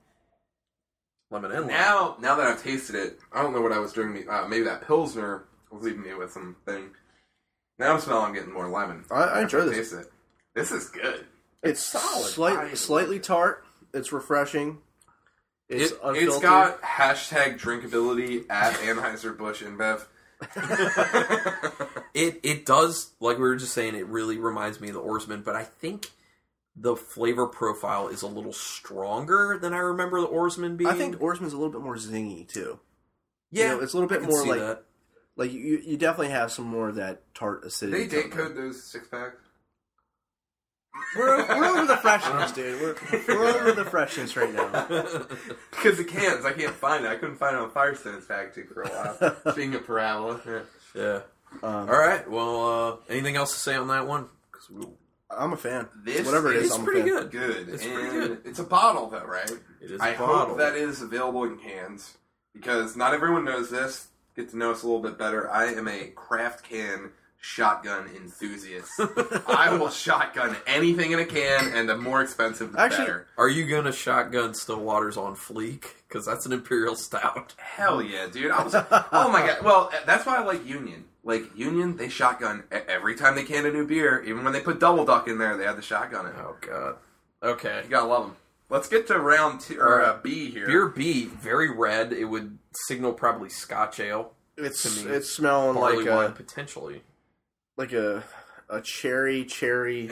C: Lemon and lime.
A: Now, now that I've tasted it, I don't know what I was doing. Uh, maybe that pilsner was leaving me with something. Now I'm smelling, getting more lemon.
B: I, I enjoy
A: After I
B: this.
A: Taste it. This is good.
B: It's
C: solid.
B: slight, slightly tart. It's refreshing. It's
C: It-
B: unfiltered.
A: It's got hashtag drinkability at Anheuser Busch InBev.
C: It it does like we were just saying. It really reminds me of the Oarsman, but I think the flavor profile is a little stronger than I remember the Oarsman being.
B: I think Oarsman's a little bit more zingy too.
C: yeah,
B: know, it's a little
C: I
B: bit
C: can
B: more
C: see
B: like-
C: that.
B: Like you, you definitely have some more of that tart acidity.
A: They date
B: coming in.
A: code those six packs.
B: We're, we're over the freshness, dude. We're, we're over the freshness right now.
A: Because the cans, I can't find it. I couldn't find it on Firestone's packaging for a while. Being a parabola. Yeah.
C: Yeah.
B: Um,
C: All right. Well, uh, anything else to say on that one? 'Cause we-
B: I'm a fan.
A: This
B: Whatever it
A: is
B: is,
C: it's
B: I'm a
C: pretty
B: fan.
C: good.
A: Good.
C: It's
A: and
C: pretty good.
A: It's a bottle, though, right?
C: It is a
A: I
C: bottle.
A: hope that is available in cans because not everyone knows this. Get to know us a little bit better. I am a craft can shotgun enthusiast. I will shotgun anything in a can, and the more expensive, the
B: Actually-
A: better.
C: Are you gonna shotgun Stillwater's on fleek? Because that's an imperial stout.
A: Hell
C: Mm.
A: yeah, dude! I was, oh my god. Well, that's why I like Union. Like Union, they shotgun e- every time they can a new beer. Even when they put Double Duck in there, they had the shotgun in.
C: Oh god. Okay.
A: You gotta love them. Let's get to round two or uh, B here.
C: Beer B, very red. It would signal probably Scotch ale,
B: It's
C: To me,
B: it's smelling
C: barley
B: like
C: wine
B: a,
C: potentially.
B: like a a cherry cherry.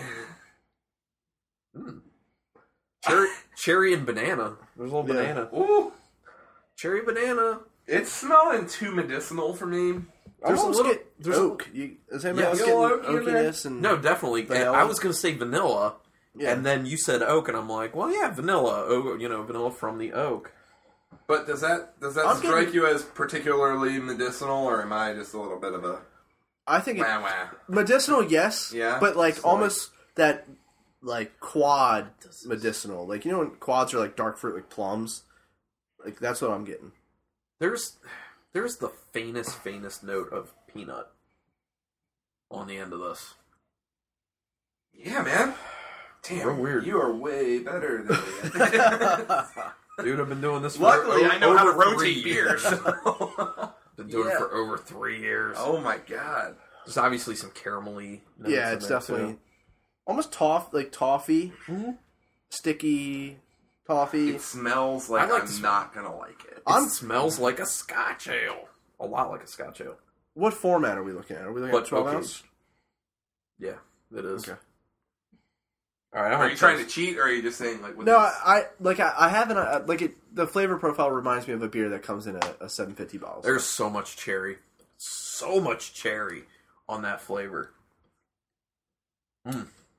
C: Cherry, cherry and banana. There's a little
B: Yeah.
C: banana.
A: Ooh,
C: Cherry banana.
A: it's smelling too medicinal for me.
B: There's a
C: almost
B: little
C: get- there's a-
B: oak. You, is anybody
C: Yeah,
B: else
A: you
B: getting
A: know, oak in there?
B: oakiness and
C: No, definitely. And
B: Vanilla?
C: I was gonna say vanilla,
B: Yeah.
C: and then you said oak, and I'm like, well, yeah, vanilla. Oak, you know, vanilla from the oak.
A: But does that does that
B: I'm
A: strike
B: getting-
A: you as particularly medicinal, or am I just a little bit of a
B: I think it,
A: wah wah?
B: medicinal, yes.
A: Yeah,
B: but like
A: it's like-
B: almost that like quad medicinal. Like you know when quads are like dark fruit, like plums. Like that's what I'm getting.
C: There's there's the faintest faintest note of peanut on the end of this.
A: Yeah, man. Damn,
C: Real weird.
A: You are way better than me.
C: Dude, I've been doing this. For
A: Luckily,
C: o-
A: I know how to
C: over three
A: rotate beers.
C: Been doing
B: Yeah.
C: it for over three years.
A: oh my god.
C: There's obviously some caramelly. notes
B: yeah,
C: in
B: it's
C: there,
B: definitely
C: too.
B: almost toff like toffee, sticky toffee.
A: It smells like,
C: I like
A: I'm
C: the smell.
A: not gonna like it.
C: It
B: I'm-
C: smells like a Scotch ale, a lot like a Scotch ale.
B: What format are we looking at? Are we looking
C: What,
B: at twelve
C: okay.
B: ounce?
C: Yeah, it is.
B: Okay.
C: All right, I'm
A: Are you trying to cheat, or are you just saying like? With
B: No,
A: this-
B: I, I like I, I haven't. I, like it, the flavor profile reminds me of a beer that comes in a, a seven fifty bottle.
C: There's so much cherry, so much cherry on that flavor.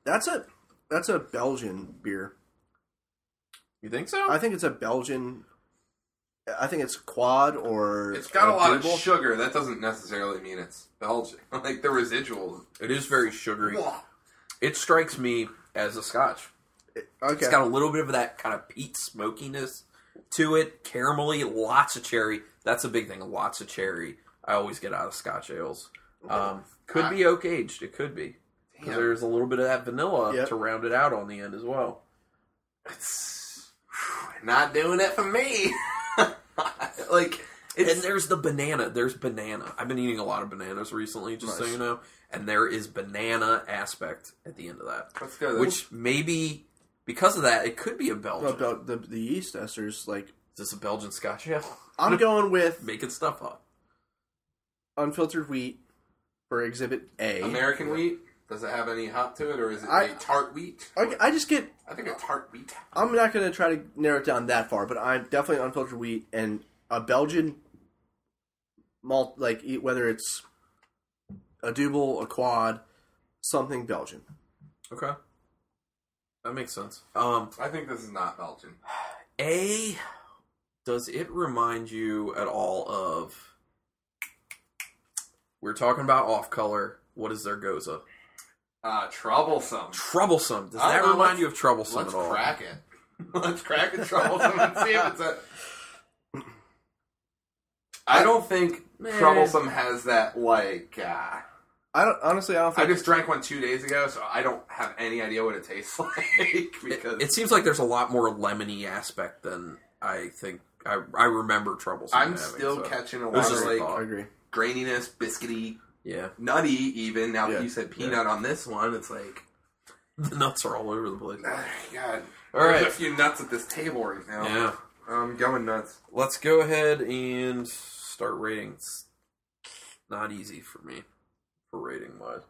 B: That's a that's a Belgian beer.
C: You think so?
B: I think it's a Belgian. I think it's quad or
A: it's got a lot of
B: Double.
A: sugar. That doesn't necessarily mean it's Belgian. Like the residuals.
C: it is very sugary. It strikes me as a Scotch.
B: okay.
C: It's got a little bit of that kind of peat smokiness to it, caramelly, lots of cherry. That's a big thing. Lots of cherry. I always get out of Scotch ales. Um, could be oak aged. It could be because
A: Damn.
C: there's a little bit of that vanilla
B: Yep.
C: to round it out on the end as well.
A: It's not doing it for me. like
C: and there's the banana. There's banana. I've been eating a lot of bananas recently, just so
B: Nice.
C: you know. And there is banana aspect at the end of that,
A: let's go. Which
C: which maybe because of that, it could be a
B: Well,
C: Belgian.
B: Bel- the, the yeast esters. Like
C: is this a Belgian Scotch ale?
B: I'm going with
C: Making stuff up.
B: unfiltered wheat for Exhibit A.
A: American wheat? Does it have any hop to it, or is it a
B: I-
A: tart wheat?
B: I, I just get.
A: I think a tart wheat.
B: I'm not going to try to narrow it down that far, but I'm definitely unfiltered wheat and a Belgian malt, like e- whether it's a double, a quad, something Belgian.
C: Okay. That makes sense. Um,
A: I think this is not Belgian.
C: A, does it remind you at all of? We're talking about off color. What is their goza?
A: Uh, troublesome.
C: Troublesome. Does
A: I
C: that
A: don't know,
C: remind
A: let's-
C: you of troublesome
A: Let's
C: at all?
A: crack it. Let's crack it troublesome and see if it's a. I don't think
C: Meh.
A: troublesome has that like. Uh,
B: I don't honestly. I don't
A: I
B: think
A: just drank one two days ago, so I don't have any idea what it tastes like
C: It,
A: because
C: it seems like there's a lot more lemony aspect than I think I, I remember troublesome.
A: I'm
C: having,
A: still
C: so.
A: catching a
C: It was
A: lot
C: just
A: of
C: a
A: like
C: thought.
B: I agree.
A: graininess, biscuity,
C: yeah.
A: nutty. Even now
B: Yeah.
A: that you said peanut on this one, it's like
C: The nuts are all over the place.
A: oh, God.
C: All right.
A: There's a few nuts at this table right now.
C: Yeah.
A: I'm going nuts.
C: Let's go ahead and start rating. It's not easy for me for rating wise.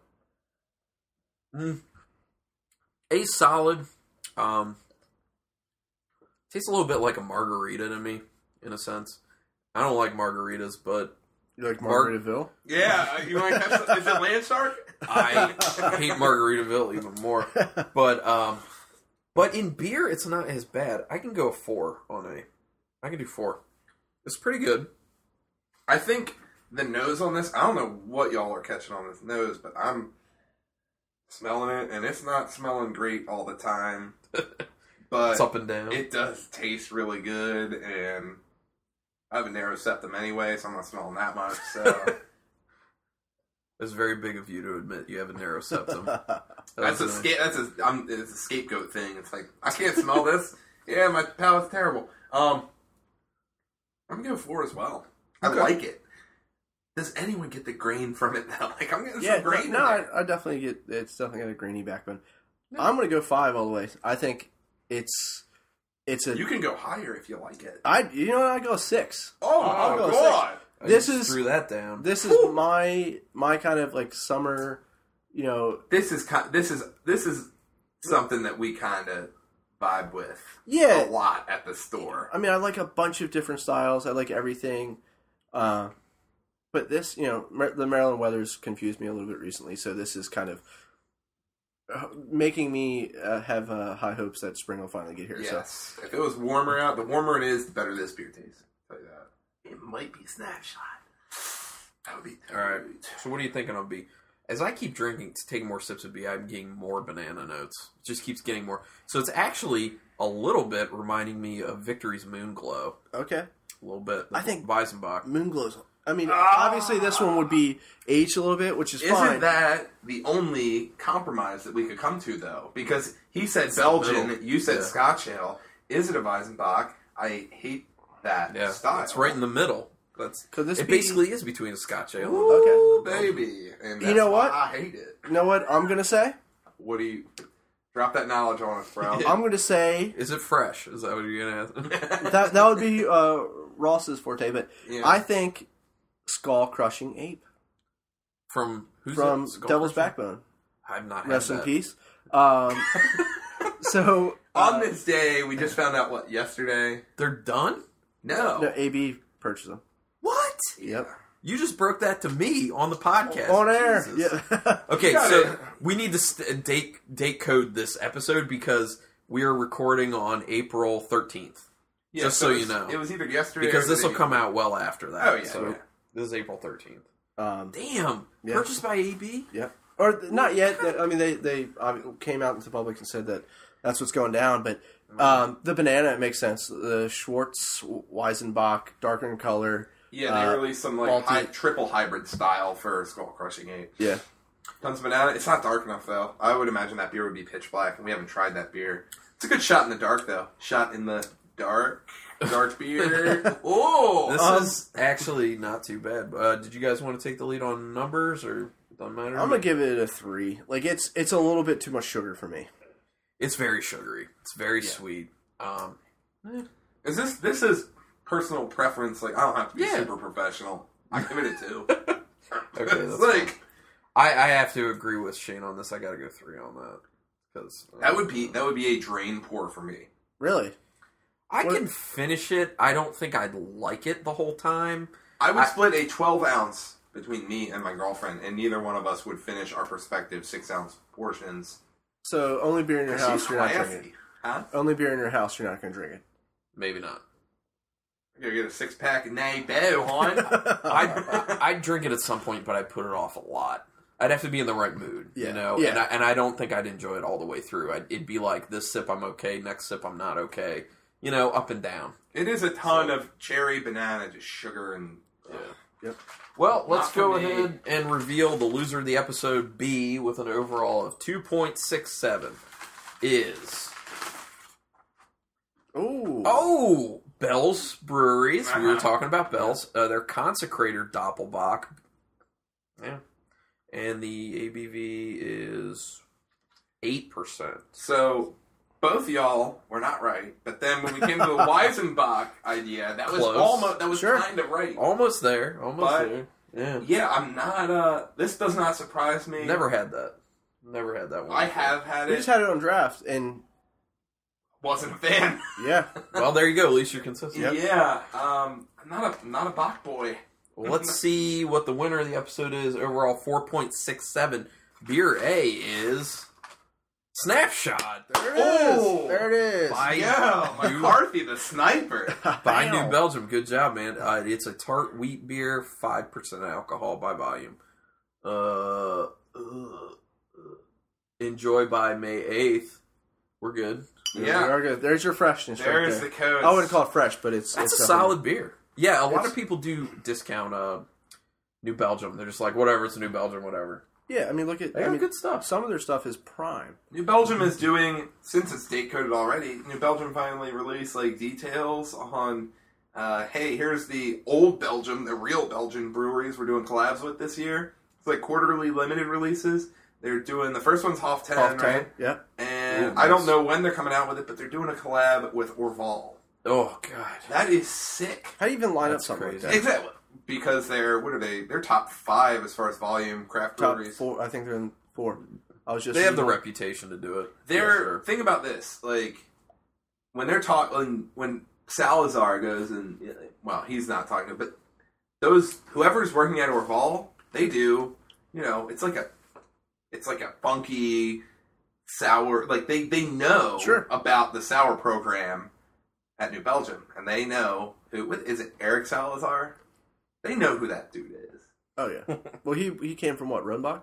C: Mm. A solid. Um, tastes a little bit like a margarita to me, in a sense. I don't like margaritas, but
B: You like
C: Mark-
B: Margaritaville?
A: Yeah, uh, you want to catch? some- Is it land shark?
C: I hate Margaritaville even more. But um, but in beer, it's not as bad. I can go a four on a. I can do four. It's pretty good.
A: I think the nose on this, I don't know what y'all are catching on this nose, but I'm smelling it, and it's not smelling great all the time.
C: It's
A: But
C: up and down.
A: it does taste really good, and I have a narrow septum anyway, so I'm not smelling that much. So
C: It's very big of you to admit you have a narrow septum.
A: that's a sca- that's a I'm, it's a scapegoat thing. It's like I can't smell this. Yeah, my palate's terrible. Um, I'm going four as well. I
C: Okay.
A: like it. Does anyone get the grain from it now? Like I'm getting
B: yeah,
A: some grain. in
B: no,
A: there.
B: I, I definitely get it's definitely got a grainy backbone. I'm gonna go five all the way. I think it's it's a.
A: You can go higher if you like it.
B: I you know what, I go a six.
A: Oh,
B: I'll go
C: I
B: This
C: just
B: is-
C: threw that down.
B: This is my my kind of like summer, you know.
A: This is kind. This is this is something that we kind of vibe with a
B: Yeah,
A: lot at the store.
B: I mean, I like a bunch of different styles. I like everything, uh, but this, you know, Mar- the Maryland weather's confused me a little bit recently. So this is kind of uh, making me uh, have uh, high hopes that spring will finally get here. So
A: Yes. If it was warmer out, the warmer it is, the better this beer tastes. I'll tell you that. It might be snapshot. That would be
C: All right. So what are you thinking on B? As I keep drinking, to take more sips of B, I'm getting more banana notes. It just keeps getting more. So it's actually a little bit reminding me of Victory's Moon Glow.
B: okay.
C: A little bit.
B: I think-
C: Weisenbach.
B: Moon glows. I mean,
A: Ah.
B: obviously this one would be aged a little bit, which is
A: Isn't
B: fine.
A: that the only compromise that we could come to, though? Because he said Belgian,
C: middle.
A: you said
C: Yeah.
A: Scotch ale. Is it a Weisenbach? I hate that
C: Yeah,
A: style.
C: it's right in the middle. That's
B: Could this
C: it.
B: be-
C: Basically, is between a Scotch ale. and-
B: Okay.
A: Ooh, baby. And
B: You
A: that's
B: know
A: why
B: what?
A: I hate it.
B: you know what I'm gonna say?
A: What do you drop that knowledge on us, bro?
B: I'm gonna say
C: Is it fresh? Is that what you're gonna ask?
B: that that would be uh, Ross's forte, but
A: Yeah.
B: I think Skull Crushing Ape
C: from who's
B: from
C: it? Skull
B: Devil's
C: Crushing?
B: Backbone.
C: I've not. had
B: Rest in
C: that.
B: peace. Um, so
A: on
B: uh,
A: this day, we just found out what yesterday.
C: They're done.
A: No,
B: no, AB purchased them.
C: What?
B: Yep,
C: You just broke that to me on the podcast
B: on air.
C: Jesus.
B: Yeah.
C: Okay,
A: Got
C: so
A: it.
C: we need to st- date date code this episode because we are recording on April thirteenth.
A: Yeah,
C: just so
A: it
C: you
A: was-
C: know.
A: it was either yesterday
C: Because
A: or the
C: this will
A: day
C: come out well after that.
A: Oh, yeah,
C: So
A: yeah.
C: this is April thirteenth.
B: um,
C: Damn.
B: Yeah.
C: Purchased by AB.
B: yep. Or th- not yet. that- I mean, they they uh, came out into public and said that that's what's going down. But um, the banana it makes sense. The Schwartz Weisenbach, darker in color.
A: Yeah, they
B: uh,
A: released some like
B: multi-
A: hy- triple hybrid style for Skull Crushing Eight.
B: Yeah,
A: Tons of banana. It's not dark enough though. I would imagine that beer would be pitch black, and we haven't tried that beer. It's a good shot in the dark though. Shot in the dark, dark beer. oh,
C: This
B: Um,
C: is actually not too bad. Uh, did you guys want to take the lead on numbers or doesn't matter?
B: I'm gonna give it a three. Like it's it's a little bit too much sugar for me.
C: it's very sugary. It's very sweet. Um,
A: is this this is personal preference? Like I don't have to be
C: Yeah.
A: super professional. I give it a two.
C: okay,
A: it's
C: that's-
A: like
C: I, I have to agree with Shane on this. I got to go three on that uh, because
A: That would be that would be a drain pour for me.
B: Really?
C: I
B: what-
C: can finish it. I don't think I'd like it the whole time.
A: I would
C: I-
A: split a 12 ounce between me and my girlfriend, and neither one of us would finish our prospective six ounce portions.
B: So only beer in your house,
A: She's
B: you're not Oh.
A: classy.
B: drinking.
A: Huh?
B: Only beer in your house, you're not going to drink it.
C: Maybe not.
A: I'm gonna get a six pack of Nabo, hon.
C: I'd, I'd drink it at some point, but I put it off a lot. I'd have to be in the right mood,
B: Yeah.
C: you know.
B: Yeah.
C: And, I, and I don't think I'd enjoy it all the way through. I'd, it'd be like this sip I'm okay, next sip I'm not okay. You know, up and down.
A: it is a ton of cherry, banana, just sugar, and
B: Yep.
C: Well, let's
A: Not for
C: go
A: me.
C: ahead and reveal the loser of the episode B with an overall of 2.67 is
B: Ooh.
C: Oh, Bell's Breweries. We were
A: Uh-huh.
C: talking about Bell's. Uh, their consecrator Doppelbach. Yeah. And the ABV is 8%.
A: so. Both y'all were not right, but then when we came to the Weisenbach idea, that was
C: Close.
A: almost that was
B: Sure.
A: kind of right.
C: Almost there. Almost
A: But-
C: there. Yeah.
A: Yeah, I'm not. uh This does not surprise me.
C: Never had that. Never had that one.
A: I have had
B: We
A: it.
B: just had it on draft, and
A: Wasn't a fan.
B: yeah.
C: Well, there you go. At least you're consistent.
B: Yep.
A: Yeah. Um. I'm not a not a Bach boy.
C: Well, let's see what the winner of the episode is. Overall, 4.67. Beer A is Snapshot
B: There it is.
A: Oh.
B: There it is.
C: By-
A: yeah, McCarthy the sniper.
C: by
B: Wow.
C: New Belgium. Good job, man. Uh, it's a tart wheat beer, 5% alcohol by volume. Uh, ugh. enjoy by May 8th. We're good.
B: Yeah.
A: Yeah,
B: we are good. There's your freshness right
A: there's
B: there.
A: the code.
B: I wouldn't call it fresh, but it's
C: That's
B: it's
C: a
B: definitely-
C: solid beer. Yeah, a lot
B: It's-
C: of people do discount uh, New Belgium. They're just like, whatever, it's a New Belgium, whatever.
B: Yeah, I mean, look at
C: They
B: I
C: got
B: mean,
C: good stuff.
B: some of their stuff is prime.
A: New Belgium is doing since it's date coded already. New Belgium finally released like details on. Uh, hey, here's the old Belgium, the real Belgian breweries we're doing collabs with this year. It's like quarterly limited releases. They're doing the first one's Hoff 10,
B: Off
A: right?
B: time. Yeah.
A: And
C: Ooh,
A: I don't
C: nice.
A: know when they're coming out with it, but they're doing a collab with Orval.
C: Oh, God.
A: That is sick.
B: How do you even line
C: That's
B: up something
C: crazy.
B: like that?
A: Exactly. Because they're what are they? They're top five as far as volume craft
B: Top
A: breweries.
B: four. I think they're in four. I was just
C: They have the reputation to do it.
A: They're
C: Yeah, sure.
A: think about this, like when they're talking when Salazar goes and well, he's not talking, but those whoever's working at Orval, they do. You know, it's like a it's like a funky sour. Like they they know
B: Sure.
A: about the sour program at New Belgium, and they know who what, is it Eric Salazar. They know who that dude is.
B: Oh yeah. Well, he he came from what? Runbach.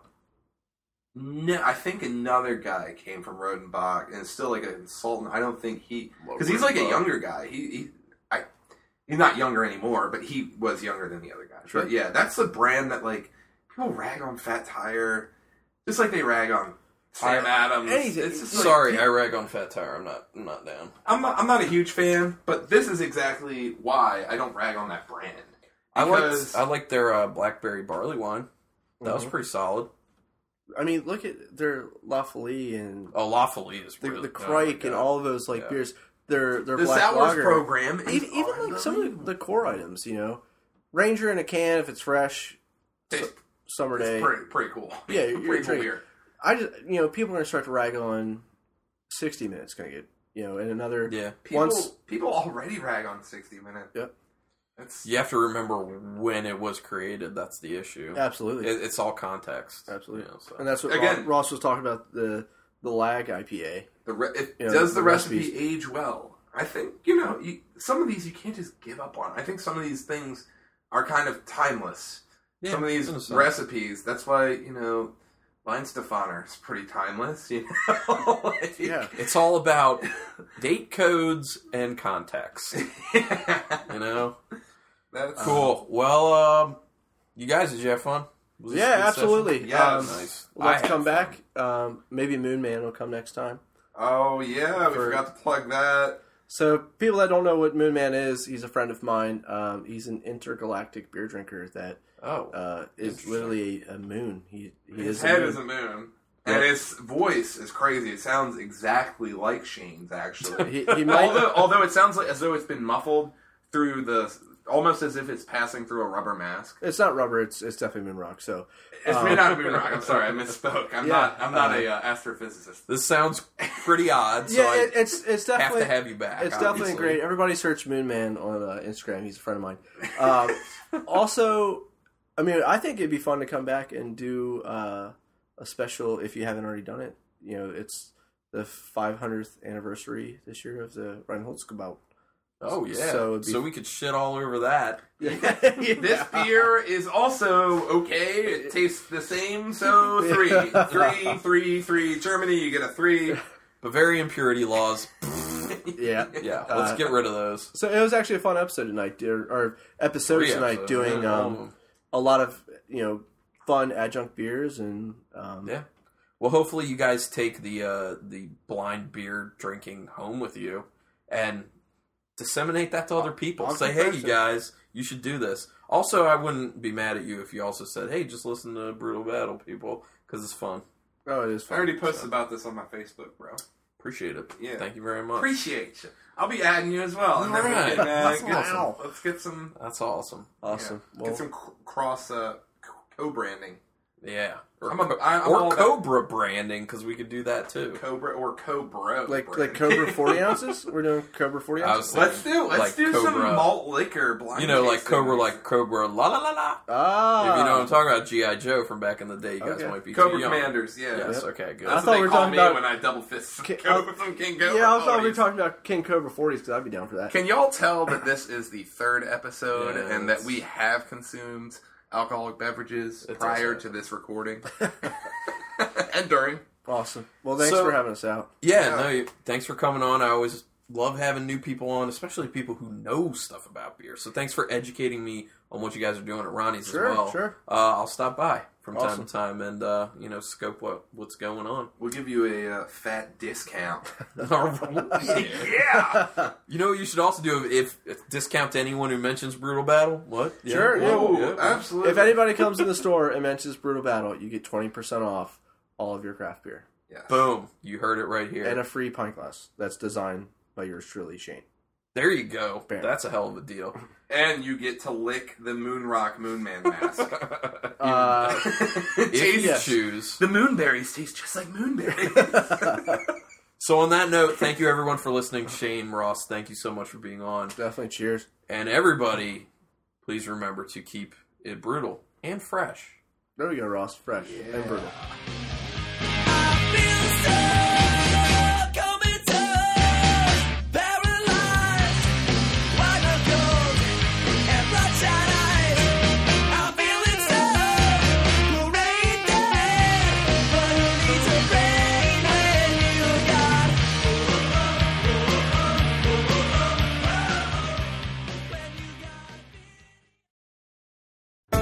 A: No, I think another guy came from Rodenbach and is still like a consultant. I don't think he because he's like a
C: Rodenbach.
A: younger guy. He, he I, he's not younger anymore, but he was younger than the other guy.
B: Sure.
A: But yeah, that's the brand that like people rag on Fat Tire, just like they rag on Sam
C: I-
A: Adams.
B: anything.
A: It's just like-
C: Sorry, I rag on Fat Tire. I'm not. I'm not down.
A: I'm not, I'm not a huge fan, but this is exactly why I don't rag on that brand.
C: I
A: Because-
C: liked. I liked their uh, blackberry barley wine. That
B: Mm-hmm.
C: was pretty solid.
B: I mean, look at their La Folie and
C: Oh, Lawfully is
B: the,
C: really,
B: the
C: oh my
B: Crike and
C: God.
B: all those like
C: Yeah.
B: beers. Their their
A: The
B: black
A: Sours
B: lager.
A: program,
B: E-
A: is
B: Even, like some of the- the core items, you know, Ranger in a can if it's fresh,
A: it's
B: summer day.
A: pretty pretty cool.
B: Yeah, you're
A: pretty cool
B: drinking-
A: beer.
B: I just you know people are gonna start to rag on. Sixty minutes gonna get you know, and another
C: Yeah,
A: People,
B: once
A: people already rag on 60 Minute.
B: Yep.
A: That's
C: you have to remember when it was created. That's the issue.
B: absolutely
C: It, it's all context.
B: Absolutely.
C: You know, so.
B: And that's what
A: Again-
B: Ro- Ross was talking about the the lag IPA.
A: the re- it,
B: Yeah,
A: does the,
B: the
A: recipe
B: recipes.
A: age well? I think you know you, some of these you can't just give up on. I think some of these things are kind of timeless.
C: Yeah,
A: some of
C: in a sense.
A: these recipes. That's why you know Line Stefaner is pretty timeless. You know, Like-
B: Yeah,
C: It's all about date codes and context.
A: that's
C: You know.
B: Uh-huh.
C: cool. Well, um, you guys, did you have fun? Was this a
B: yeah,
C: good session? Oh,
B: absolutely.
A: Yes.
B: Um,
C: Nice. I
B: Let's
C: had
B: come
C: fun.
B: back. Um, maybe Moon Man will come next time.
A: Oh yeah, we
B: For-
A: forgot to plug that.
B: So, people that don't know what Moon Man is, he's a friend of mine. Um, he's an intergalactic beer drinker that
C: Oh,
B: uh, is
C: Interesting.
B: literally a, a moon. He, he
A: His
B: is a
A: head
B: moon.
A: is a moon.
B: Yeah.
A: And his voice is crazy. It sounds exactly like Shane's, actually.
B: he, he might
A: although, although it sounds like as though it's been muffled through the almost as if it's passing through a rubber mask.
B: It's not rubber. It's it's definitely Minrock. So
A: It's
B: Um,
A: may not have been wrong. I'm sorry, I misspoke. I'm
B: Yeah,
A: not. I'm not
B: uh,
A: a uh, astrophysicist.
C: This sounds pretty odd, so
B: yeah,
C: I
B: it, it's it's
C: have
B: definitely
C: to have you back.
B: it's definitely
C: obviously.
B: great. Everybody search Moon Man on uh, Instagram. He's a friend of mine. Um, also, I mean, I think it'd be fun to come back and do uh, a special if you haven't already done it. You know, it's the 500th anniversary this year of the Reinholds Gebot.
C: Oh
B: So
C: yeah, so,
B: it'd be-
C: we could shit all over that.
A: This beer is also okay. It tastes the same. So three, three, three, three. Germany, you get a three.
C: Bavarian purity laws.
B: yeah.
C: Yeah, let's
B: Uh,
C: get rid of those.
B: So it was actually a fun episode tonight, dear, or episode
C: Three
B: tonight,
C: episodes,
B: doing
C: yeah, all
B: um,
C: of 'em.
B: a lot of you know fun adjunct beers and um,
C: Yeah. Well, hopefully you guys take the uh, the blind beer drinking home with you and disseminate that to other people.
A: I'll
C: Say,
A: keep
C: hey, you
A: posted."
C: guys, you should do this. Also, I wouldn't be mad at you if you also said, hey, just listen to Brutal Battle, people, because it's fun.
B: oh, it is
A: I
B: fun.
A: already posted
B: so.
A: about this on my Facebook, bro.
C: Appreciate it.
A: Yeah.
C: Thank you very much.
A: Appreciate you. I'll be adding you as well. And then we
C: Alright.
A: can, uh,
C: That's
A: get-
C: awesome.
A: Let's get some.
C: That's awesome.
B: awesome.
A: Yeah,
B: Well,
A: get some c- cross uh, co-branding.
C: Yeah. Or,
A: I'm a-
C: co-
A: I- I'm
C: or
A: all about-
C: Cobra branding, because we could do that too.
A: Cobra or Cobra.
B: like
A: brand.
B: like Cobra forty ounces. We're doing Cobra forty
C: I
B: ounces.
C: was
A: Let's do let's
C: Like
A: do some
C: Cobra.
A: malt liquor blind.
C: You know, like
A: tasting.
C: Cobra, like Cobra, la la la la.
B: ah,
C: If you know what I'm talking about, G.I. Joe from back in the day, you guys
B: Okay.
C: might be
A: Cobra
C: too young.
A: Commanders. Yeah.
C: Yes,
B: Yep.
C: okay, good.
A: That's what
B: I thought
A: they
B: we were
A: call
B: talking
A: me
B: about-
A: when I double fist some,
B: Ki-
A: Cobra, some King Cobra.
B: yeah, I thought we were
A: ponies.
B: talking about King Cobra forties because I'd be down for that.
A: Can y'all tell that this is the third episode
C: Yeah,
A: and that
C: it's-
A: we have consumed alcoholic beverages
C: It's
A: prior
C: awesome.
A: to this recording and during?
B: awesome. Well, thanks
C: So-
B: for having us out.
C: Yeah,
A: Yeah.
C: no, you- thanks for coming on. I always love having new people on, especially people who know stuff about beer. So thanks for educating me on what you guys are doing at Ronnie's
B: Sure,
C: as well.
B: sure.
C: Uh, I'll stop by from
B: Awesome.
C: time to time and uh, you know scope what what's going on.
A: We'll give you a uh, fat discount.
C: yeah. You know what you should also do if, if discount to anyone who mentions brutal battle. What? Yeah.
B: Sure, yeah.
A: Whoa,
C: yeah.
A: absolutely.
B: If anybody comes in the store and mentions Brutal Battle, you get twenty percent off all of your craft beer
A: Yes.
C: Boom! You heard it right here.
B: and uh, a free pint glass that's designed by yours truly, Shane.
C: there you go.
B: Bam.
C: That's a hell of a deal.
A: And you get to lick the Moon Rock Moon Man mask.
B: Uh,
C: If you
A: Taste-
B: Yes.
C: choose.
A: The moonberries taste just like moonberries.
C: So on that note, thank you everyone for listening. Shane Ross, thank you so much for being on.
B: definitely. Cheers.
C: And everybody, please remember to keep it brutal and fresh.
B: There we go, Ross. Fresh and brutal.
D: This